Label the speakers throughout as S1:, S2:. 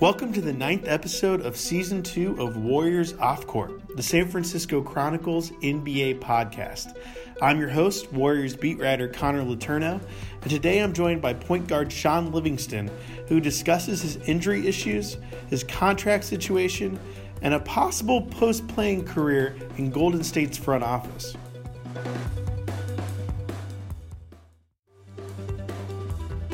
S1: Welcome to the ninth episode of season two of Warriors Off Court, the San Francisco Chronicles NBA podcast. I'm your host, Warriors beat writer Connor Letourneau, and today I'm joined by point guard Sean Livingston, who discusses his injury issues, his contract situation, and a possible post playing career in Golden State's front office.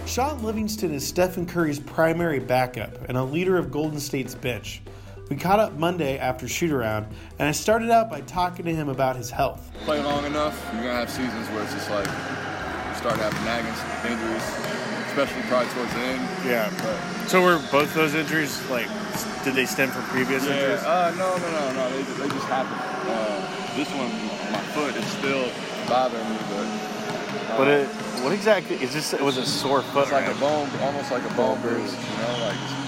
S1: Sean Livingston is Stephen Curry's primary backup and a leader of Golden State's bench. We caught up Monday after shoot around, and I started out by talking to him about his health.
S2: Play long enough, you're gonna have seasons where it's just like you start having nagging injuries, especially probably towards the end.
S3: Yeah. So were both those injuries like? s- Did they stem from previous injuries?
S2: Yeah. Uh, no, no, no, no. They, ju- they just happen. Uh, this one, my foot is still bothering me, but
S3: What? It, what exactly? Is this? It was a sore foot.
S2: it's like a
S3: right?
S2: bone, almost like a bone bruise. You know, like it's-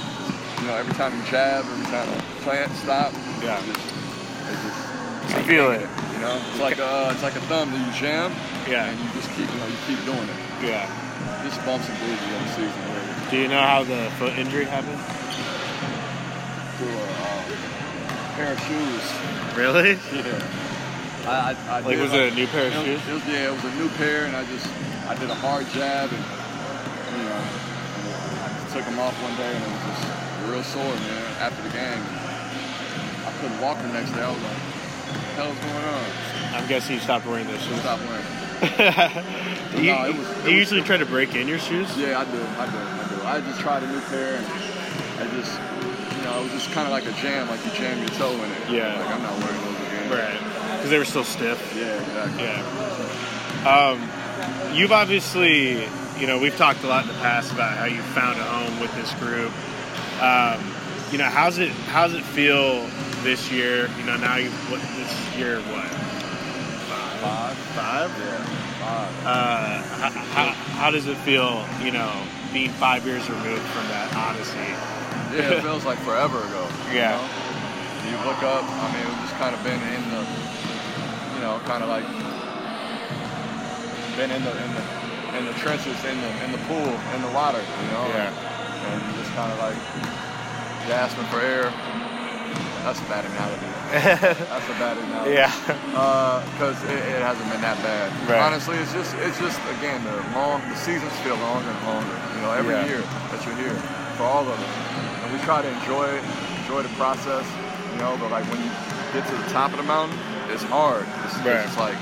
S2: you know, every time you jab, every time the plant stop,
S3: Yeah.
S2: it's just, it's just
S3: You feel it.
S2: you know, it's like a, it's like a thumb that you jam,
S3: Yeah.
S2: and you just keep, you know, you keep doing it.
S3: Yeah.
S2: Just bumps and bruises on the season. Really.
S3: Do you know how the foot injury happened?
S2: through a uh, pair of shoes.
S3: Really?
S2: Yeah. I, I, I
S3: Like,
S2: did,
S3: was it a new pair of
S2: it was-
S3: shoes?
S2: it was- yeah, it was a new pair, and I just I did a hard jab, and you know, I just took them off one day, and it was just real sore, man. After the game, I couldn't walk the next day. I was like, "What the hell's going on?"
S3: I'm guessing you stopped wearing those shoes.
S2: Stop wearing.
S3: do you,
S2: No, it was- it
S3: do
S2: was-
S3: you usually try to break in your shoes?
S2: it. Yeah, I do, I do, I do. I just tried a new pair, and I just, you know, it was just kind of like a jam, like you jam your toe in it.
S3: Yeah.
S2: Like I'm not wearing those again.
S3: Right. Because they were still stiff.
S2: Yeah, exactly.
S3: Yeah. Um, you've obviously, you know, we've talked a lot in the past about how you found a home with this group. Um, you know, how's it how's it feel this year? You know, now you what this year what
S2: Five.
S3: five?
S2: Yeah, five.
S3: Uh, how, how, how does it feel? You know, being five years removed from that odyssey.
S2: Yeah, it feels like forever ago. you
S3: Yeah.
S2: know? You, look up. I mean, we've just kind of been in the, you know, kind of like been in the in the in the trenches, in the in the pool, in the water. You know. And you just kind of like gasping for air. That's a bad analogy. That's a bad analogy.
S3: Yeah.
S2: because Uh, it, it hasn't been that bad.
S3: Right.
S2: Honestly, it's just it's just again the long the seasons feel longer and longer. You know, every
S3: Yeah.
S2: year that you're here for all of us, and we try to enjoy it, enjoy the process. You know, but like when you get to the top of the mountain, it's hard. It's,
S3: Right.
S2: it's like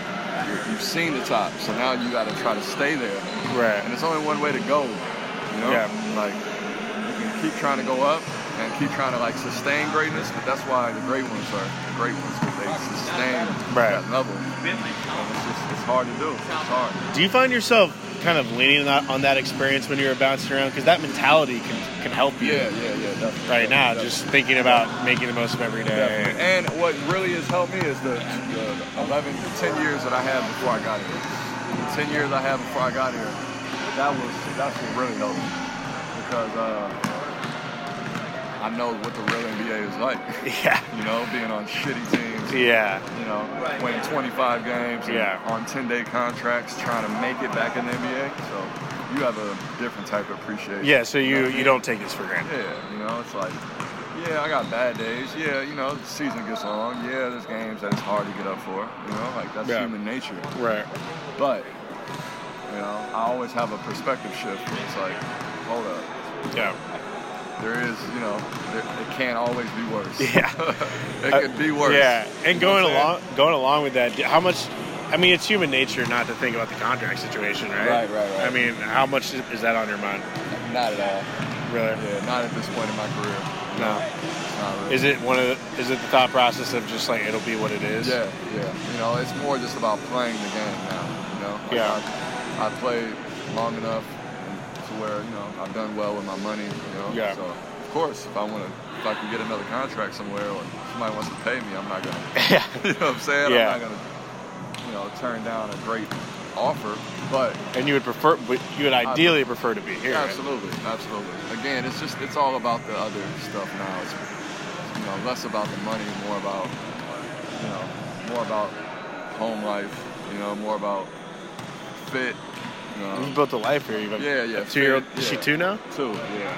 S2: you're, you've seen the top, so now you got to try to stay there, and
S3: Right.
S2: it's only one way to go. You know,
S3: Yeah.
S2: like you can keep trying to go up. And keep trying to like sustain greatness, but that's why the great ones are the great ones because they sustain
S3: Right.
S2: that level. And It's just it's hard to do. It's hard.
S3: Do you find yourself kind of leaning on that, on that experience when you were bouncing around? Because that mentality can can help you.
S2: Yeah, yeah, yeah, definitely.
S3: right now,
S2: Definitely,
S3: just thinking about making the most of every
S2: definitely.
S3: day.
S2: And what really has helped me is the, the 11, 10 years that I had before I got here. The 10 years I had before I got here, that was that's what really helped me because uh, I know what the real NBA is like.
S3: Yeah,
S2: You know, being on shitty teams.
S3: yeah,
S2: You know, winning 25 games and
S3: Yeah.
S2: on 10-day contracts, trying to make it back in the NBA. So you have a different type of appreciation.
S3: yeah. So
S2: know
S3: you
S2: what I
S3: you
S2: mean?
S3: don't take this for granted.
S2: Yeah, you know, it's like, yeah, I got bad days. Yeah, you know, the season gets long. Yeah, there's games that it's hard to get up for. You know, like that's
S3: Yeah.
S2: human nature.
S3: Right.
S2: But, you know, I always have a perspective shift where it's like, hold up,
S3: Yeah.
S2: there is, you know, there, it can't always be worse.
S3: Yeah.
S2: it
S3: Uh,
S2: could be worse.
S3: Yeah. And
S2: You know what
S3: going
S2: I'm saying?
S3: along going along with that, how much? I mean, it's human nature not to think about the contract situation, right?
S2: Right, right, right.
S3: I mean, how much is is that on your mind,
S2: Not at all.
S3: really?
S2: Yeah, not at this point in my career.
S3: No.
S2: It's not really.
S3: Is it one of? The, is it the thought process of just like it'll be what it is?
S2: Yeah, yeah. You know, it's more just about playing the game now. You know, Like,
S3: Yeah.
S2: I, I played long enough to where you know I've done well with my money. You know,
S3: Yeah.
S2: so of course if I want to, if I can get another contract somewhere or somebody wants to pay me, I'm not gonna.
S3: Yeah.
S2: You know what I'm saying?
S3: Yeah.
S2: I'm not gonna, you know, turn down a great offer, but
S3: And you would prefer, but you would ideally prefer to be here. right?
S2: Absolutely, absolutely. Again, it's just it's all about the other stuff now. It's you know less about the money, more about you know more about home life. You know more about fit. You know,
S3: You've built a life here. You've
S2: Yeah, yeah,
S3: Two year old.
S2: fit,
S3: Is she
S2: yeah.
S3: two now?
S2: too. Yeah.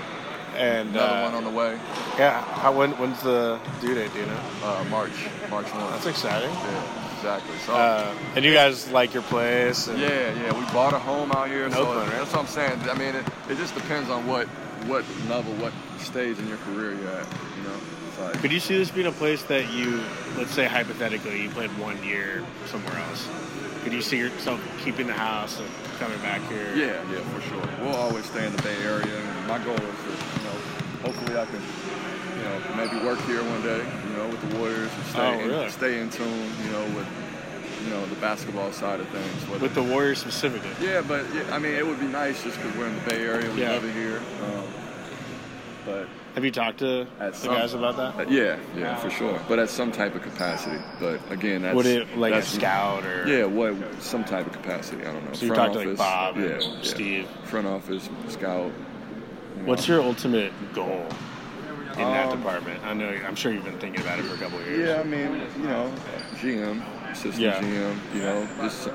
S4: and
S2: Another
S4: uh,
S2: one on the way.
S4: yeah, how, when, when's the due date? Do you know?
S2: Uh, March, March one.
S4: That's exciting.
S2: yeah, exactly.
S3: Oh.
S2: So
S4: Uh, and you guys like your place? And,
S2: Yeah, yeah. We bought a home out here.
S4: In
S2: so
S4: Oakland, right?
S2: That's what I'm saying. I mean, it, it just depends on what what level, what stage in your career you're at. You know, it's like
S3: Could you see this being a place that you, let's say hypothetically, you played one year somewhere else? Could you see yourself keeping the house and coming back here?
S2: yeah, yeah, for sure. We'll always stay in the Bay Area. And my goal is to, you know, hopefully I can, you know, maybe work here one day. You know, with the Warriors and stay
S3: Oh,
S2: in,
S3: really?
S2: stay in tune. You know, with you know the basketball side of things. whether-
S3: With the Warriors specifically.
S2: Yeah, but yeah, I mean, it would be nice just because we're in the Bay Area. We
S3: Yeah.
S2: love it here. Um, but
S3: Have you talked to
S2: At
S3: the
S2: some-
S3: guys about that?
S2: Uh, yeah, yeah, for sure. But at some type of capacity. But again, that's
S3: Would it like a
S2: that's-
S3: scout or?
S2: Yeah, what some type of capacity. I don't know.
S3: So you talked to, like, Bob and Steve.
S2: Front office scout. you know.
S3: What's your ultimate goal in that
S2: Um,
S3: department? I know. I'm sure you've been thinking about it for a couple of years.
S2: Yeah, I mean, you know, GM, assistant
S3: Yeah.
S2: GM. You know, just some,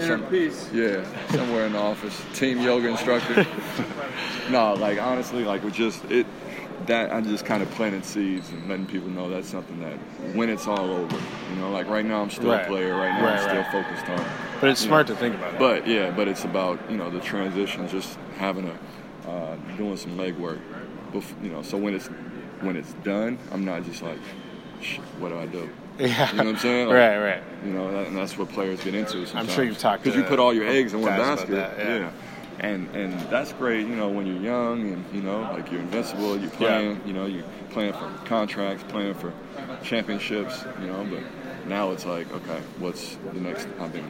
S5: Inner
S2: some-
S5: peace.
S2: Yeah, somewhere in the office. Team yoga instructor. no, like honestly, like we just it that I'm just kind of planting seeds and letting people know that's something that when it's all over, you know, like right now I'm still
S3: Right.
S2: a player. Right now
S3: Right,
S2: I'm
S3: right.
S2: still focused on
S3: But it's smart to think about that.
S2: But yeah, but it's about you know the transition, just having a uh, doing some legwork, bef- you know. So when it's when it's done, I'm not just like, Shh, what do I do?
S3: yeah.
S2: You know what I'm saying? Like,
S3: right, right.
S2: You know, that, and that's what players get into. Sometimes.
S3: sure you've talked
S2: because
S3: to
S2: you put all your eggs in one
S3: guys about
S2: basket.
S3: that, yeah.
S2: And and that's great, you know, when you're young and you know, like you're invincible. You're playing, you know, you're playing for contracts, playing for championships, you know. But now it's like, okay, what's the next? I've been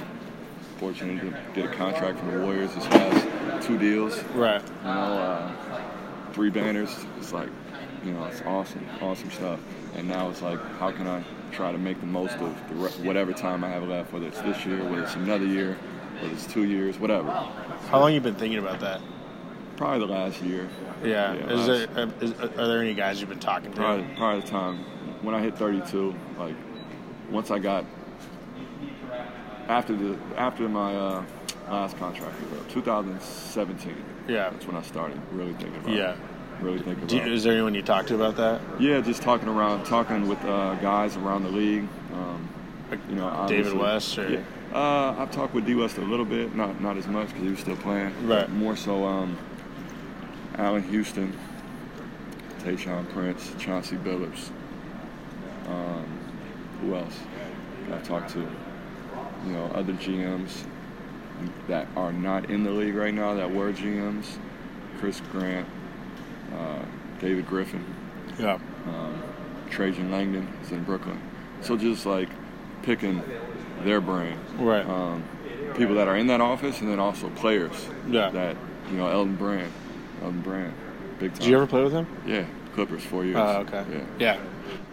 S2: fortunate to get a contract from the Warriors this past two deals, you
S3: Right.
S2: know, uh, three banners. It's like, you know, it's awesome, awesome stuff. And now it's like, how can I try to make the most of the re- whatever time I have left, whether it's this year, whether it's another year, whether it's two years, whatever.
S3: How long you been thinking about that?
S2: Probably the last year.
S3: Yeah. is
S2: last-
S3: there uh, is, are there any guys you've been talking to?
S2: probably, probably the time when I hit 32. Like once I got after the after my uh, last contract was up, 2017.
S3: Yeah.
S2: that's when I started really thinking about.
S3: Yeah.
S2: it. really thinking
S3: Do you,
S2: about. it.
S3: is there anyone you talked to about that?
S2: Yeah, just talking around, talking with uh, guys around the league. Um,
S3: Like
S2: you know,
S3: David
S2: obviously-
S3: West or-
S2: Yeah. Uh, I've talked with D West a little bit, not not as much because he was still playing.
S3: Right.
S2: More so, um, Allen Houston, Tayshawn Prince, Chauncey Billups. Um, who else? I've talked to, you know, other GMs that are not in the league right now that were GMs, Chris Grant, uh, David Griffin.
S3: Yeah.
S2: Um, Trajan Langdon is in Brooklyn. So just like picking their brain.
S3: Right.
S2: Um, people that are in that office and then also players.
S3: Yeah.
S2: That, you know, Elton Brand. Elton Brand. Big time.
S3: Did you ever play with him?
S2: Yeah. Clippers, four years.
S3: Oh, okay.
S2: Yeah.
S3: Yeah.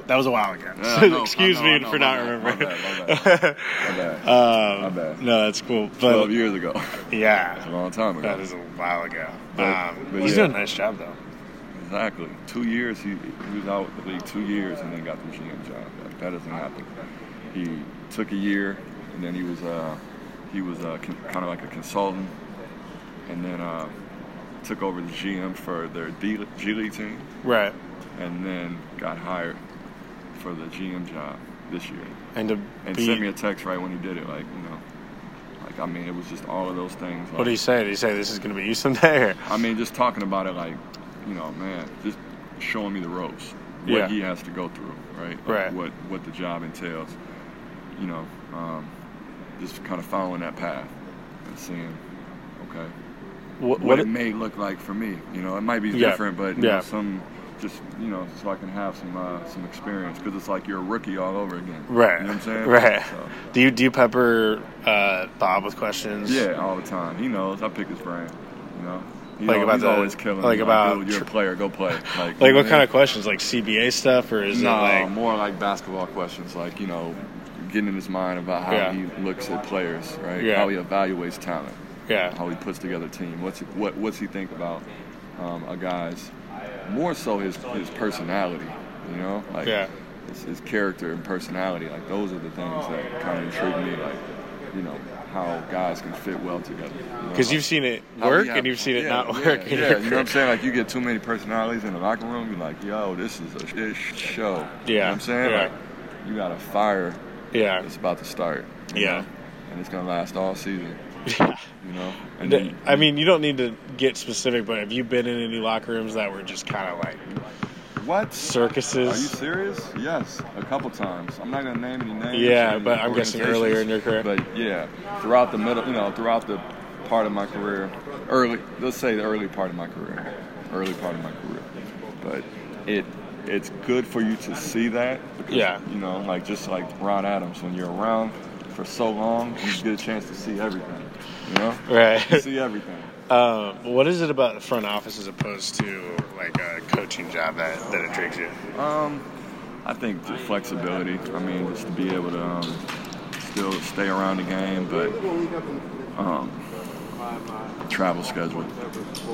S3: That was a while ago.
S2: Yeah, I know, I
S3: Excuse
S2: know,
S3: me
S2: I know,
S3: for
S2: my
S3: not
S2: bad,
S3: remembering.
S2: My bad. My bad. My bad.
S3: Um,
S2: My bad.
S3: No, that's cool. But
S2: 12 years ago. a
S3: yeah,
S2: long time ago.
S3: that is a while ago.
S2: But-
S3: um,
S2: but
S3: he's
S2: yeah.
S3: doing a nice job though.
S2: Exactly. Two years he, he was out with the league two years and then got the GM job. Like that doesn't happen. He took a year and then he was uh, he was uh, con- kind of like a consultant and then uh, took over the GM for their D- G League team
S3: Right.
S2: and then got hired for the GM job this year.
S3: And to
S2: And
S3: be,
S2: sent me a text right when he did it, like you know, like I mean it was just all of those things.
S3: what
S2: like-
S3: did he say? Did he say this is going to be you someday? Or?
S2: I mean, just talking about it, like, you know, man, just showing me the ropes, what
S3: Yeah.
S2: he has to go through, right? Like,
S3: Right.
S2: What what the job entails, you know, um, just kind of following that path and seeing, okay,
S3: What,
S2: what, it may look like for me. You know, it might be
S3: Yeah.
S2: different, but you
S3: Yeah.
S2: know, some just you know, so I can have some uh, some experience because it's like you're a rookie all over again.
S3: Right.
S2: You know what I'm saying?
S3: Right.
S2: So,
S3: Do you do you pepper uh, Bob with questions?
S2: yeah, all the time. He knows. I pick his brain. You know. He
S3: Like
S2: al-
S3: about
S2: he's
S3: the-
S2: always killing. me,
S3: like about
S2: dude, you're a
S3: tr-
S2: player. Go play. Like,
S3: Like what kind of questions? Like CBA stuff, or is
S2: no,
S3: it like
S2: more like basketball questions, like you know, getting in his mind about how
S3: Yeah.
S2: he looks at players, right?
S3: Yeah.
S2: How he evaluates talent,
S3: yeah,
S2: how he puts together a team. What's what what's he think about um, a guy's more so his his personality, you know, like
S3: Yeah.
S2: his, his character and personality. Like those are the things that kind of intrigue me. Like you know, how guys can fit well together.
S3: Because
S2: you know?
S3: you've seen it
S2: How we
S3: work
S2: have-
S3: and you've seen it
S2: Uh-huh. Oh, yeah,
S3: not
S2: yeah,
S3: work.
S2: Yeah, you know what I'm saying? Like you get too many personalities in the locker room, you're like, yo, this is a shit show. You know
S3: Yeah,
S2: what I'm saying?
S3: yeah.
S2: Like you got a fire
S3: Yeah.
S2: that's about to start. you
S3: Yeah.
S2: know? And it's gonna last all season,
S3: Yeah.
S2: you know? And
S3: Th-
S2: then
S3: I mean, you don't need to get specific, but have you been in any locker rooms that were just kind of like
S2: what? Are you
S3: circuses?
S2: serious? Yes, a couple times. I'm not gonna name any names.
S3: Yeah,
S2: or any
S3: but I'm guessing
S2: organizations,
S3: earlier in your career.
S2: But yeah, throughout the middle, you know, throughout the part of my career, early. Let's say the early part of my career, early part of my career. But it it's good for you to see that. Because,
S3: Yeah.
S2: You know, like just like Ron Adams, when you're around for so long, you get a chance to see everything. You know, you
S3: Right.
S2: see everything.
S3: um, what is it about the front office as opposed to like a coaching job that, that intrigues you?
S2: Um, I think the flexibility. I mean, just to be able to um, still stay around the game, but um, travel schedule,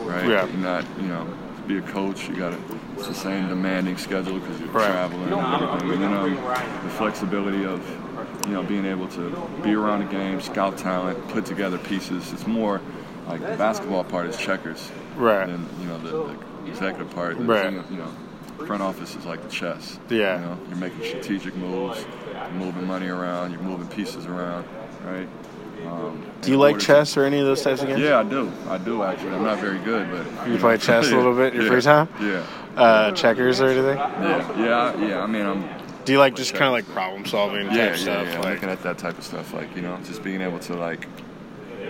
S2: right?
S3: Yeah.
S2: You're not, you know, to be a coach, you got to it's the same demanding schedule because you're
S3: Right.
S2: traveling and everything. And then um, the flexibility of, you know, being able to be around the game, scout talent, put together pieces. It's more like the basketball part is checkers.
S3: Right.
S2: And you know the, the executive part. the
S3: Right.
S2: thing- You know, front office is like the chess.
S3: Yeah.
S2: You know, you're making strategic moves, you're moving money around, you're moving pieces around, right? Um,
S3: Do you
S2: in
S3: like
S2: order to-
S3: chess or any of those types of games?
S2: Yeah, I do. I do actually. I'm not very good, but
S3: You play chess a little bit in your free time?
S2: Yeah.
S3: Uh, checkers or anything?
S2: Yeah. Yeah. I- Yeah. I mean, I'm
S3: Do you like just kind of like problem solving type
S2: yeah, yeah,
S3: stuff?
S2: yeah. I'm
S3: like,
S2: looking at that type of stuff, like you know, just being able to like,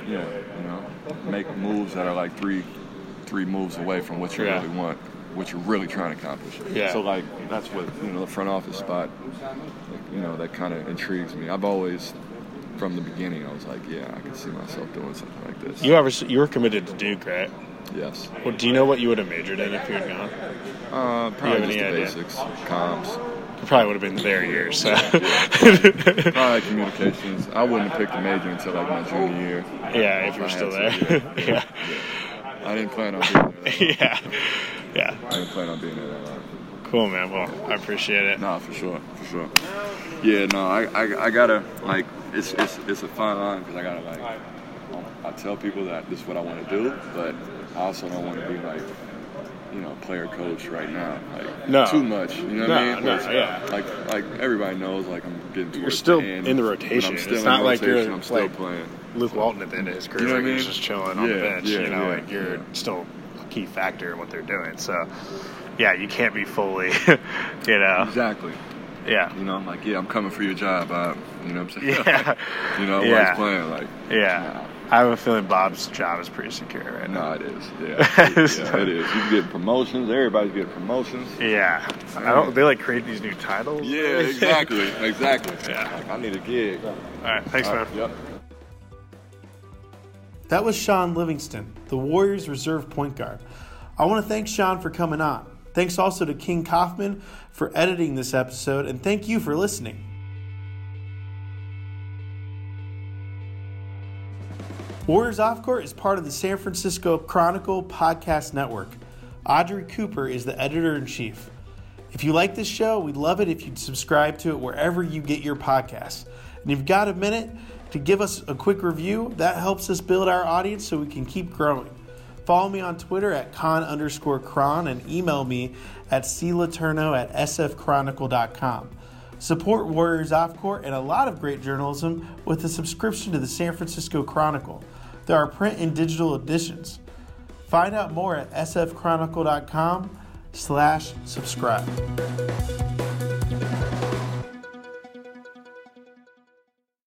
S2: yeah, you know, make moves that are like three, three moves away from what you
S3: Yeah.
S2: really want, what you're really trying to accomplish.
S3: Yeah.
S2: So like, that's what you know, the front office spot, you know, that kind of intrigues me. I've always, from the beginning, I was like, yeah, I can see myself doing something like this.
S3: you ever you were committed to Duke, right?
S2: Yes.
S3: Well, do you know what you would have majored in if you had gone?
S2: Uh, probably
S3: any
S2: just the
S3: idea?
S2: basics, comps,
S3: It probably would have been their year. So,
S2: probably communications. I wouldn't have picked a major until like my junior year.
S3: yeah, if you were still there, yeah,
S2: I didn't plan on being there. that long.
S3: yeah, yeah.
S2: I didn't plan on being there that long.
S3: Cool, man. Well, I appreciate it.
S2: No, for sure, for sure. Yeah, no, I, I, I gotta like it's it's it's a fine line because I gotta like um, I tell people that this is what I want to do, but I also don't want to be like you know player coach right now, like
S3: No.
S2: too much. You know what I
S3: No,
S2: mean?
S3: no,
S2: It's-
S3: yeah.
S2: Like like everybody knows, like I'm getting towards
S3: You're still
S2: the end,
S3: in the
S2: but
S3: rotation.
S2: I'm still
S3: It's
S2: in
S3: not
S2: the
S3: like you're,
S2: rotation, I'm still
S3: like,
S2: playing.
S3: Luke Walton at the end of his career,
S2: You know what
S3: like,
S2: I
S3: he was
S2: mean?
S3: just chilling on the
S2: Yeah,
S3: bench.
S2: yeah,
S3: you know,
S2: yeah,
S3: like you're
S2: yeah.
S3: still a key factor in what they're doing. So, yeah, you can't be fully, you know,
S2: Exactly.
S3: yeah,
S2: You know, I'm like, yeah, I'm coming for your job, Bob. You know what I'm saying?
S3: yeah,
S2: you know, while
S3: Yeah.
S2: he's playing, like
S3: yeah. I have a feeling Bob's job is pretty secure right now.
S2: No, it is. Yeah, yeah it is. You get promotions. Everybody's getting promotions.
S3: Yeah, I don't. They like create these new titles.
S2: Yeah, exactly, exactly.
S3: Yeah.
S2: Like, I need a gig.
S3: All right, thanks, man.
S2: Yep.
S1: That was Sean Livingston, the Warriors reserve point guard. I want to thank Sean for coming on. Thanks also to King Kaufman for editing this episode, and thank you for listening. Warriors Off Court is part of the San Francisco Chronicle Podcast Network. Audrey Cooper is the editor in chief. If you like this show, we'd love it if you'd subscribe to it wherever you get your podcasts. And if you've got a minute to give us a quick review, that helps us build our audience so we can keep growing. Follow me on Twitter at con underscore cron and email me at claturno at sfchronicle.com. Support Warriors Off Court and a lot of great journalism with a subscription to the San Francisco Chronicle. There are print and digital editions. Find out more at sfchronicle.com slash subscribe.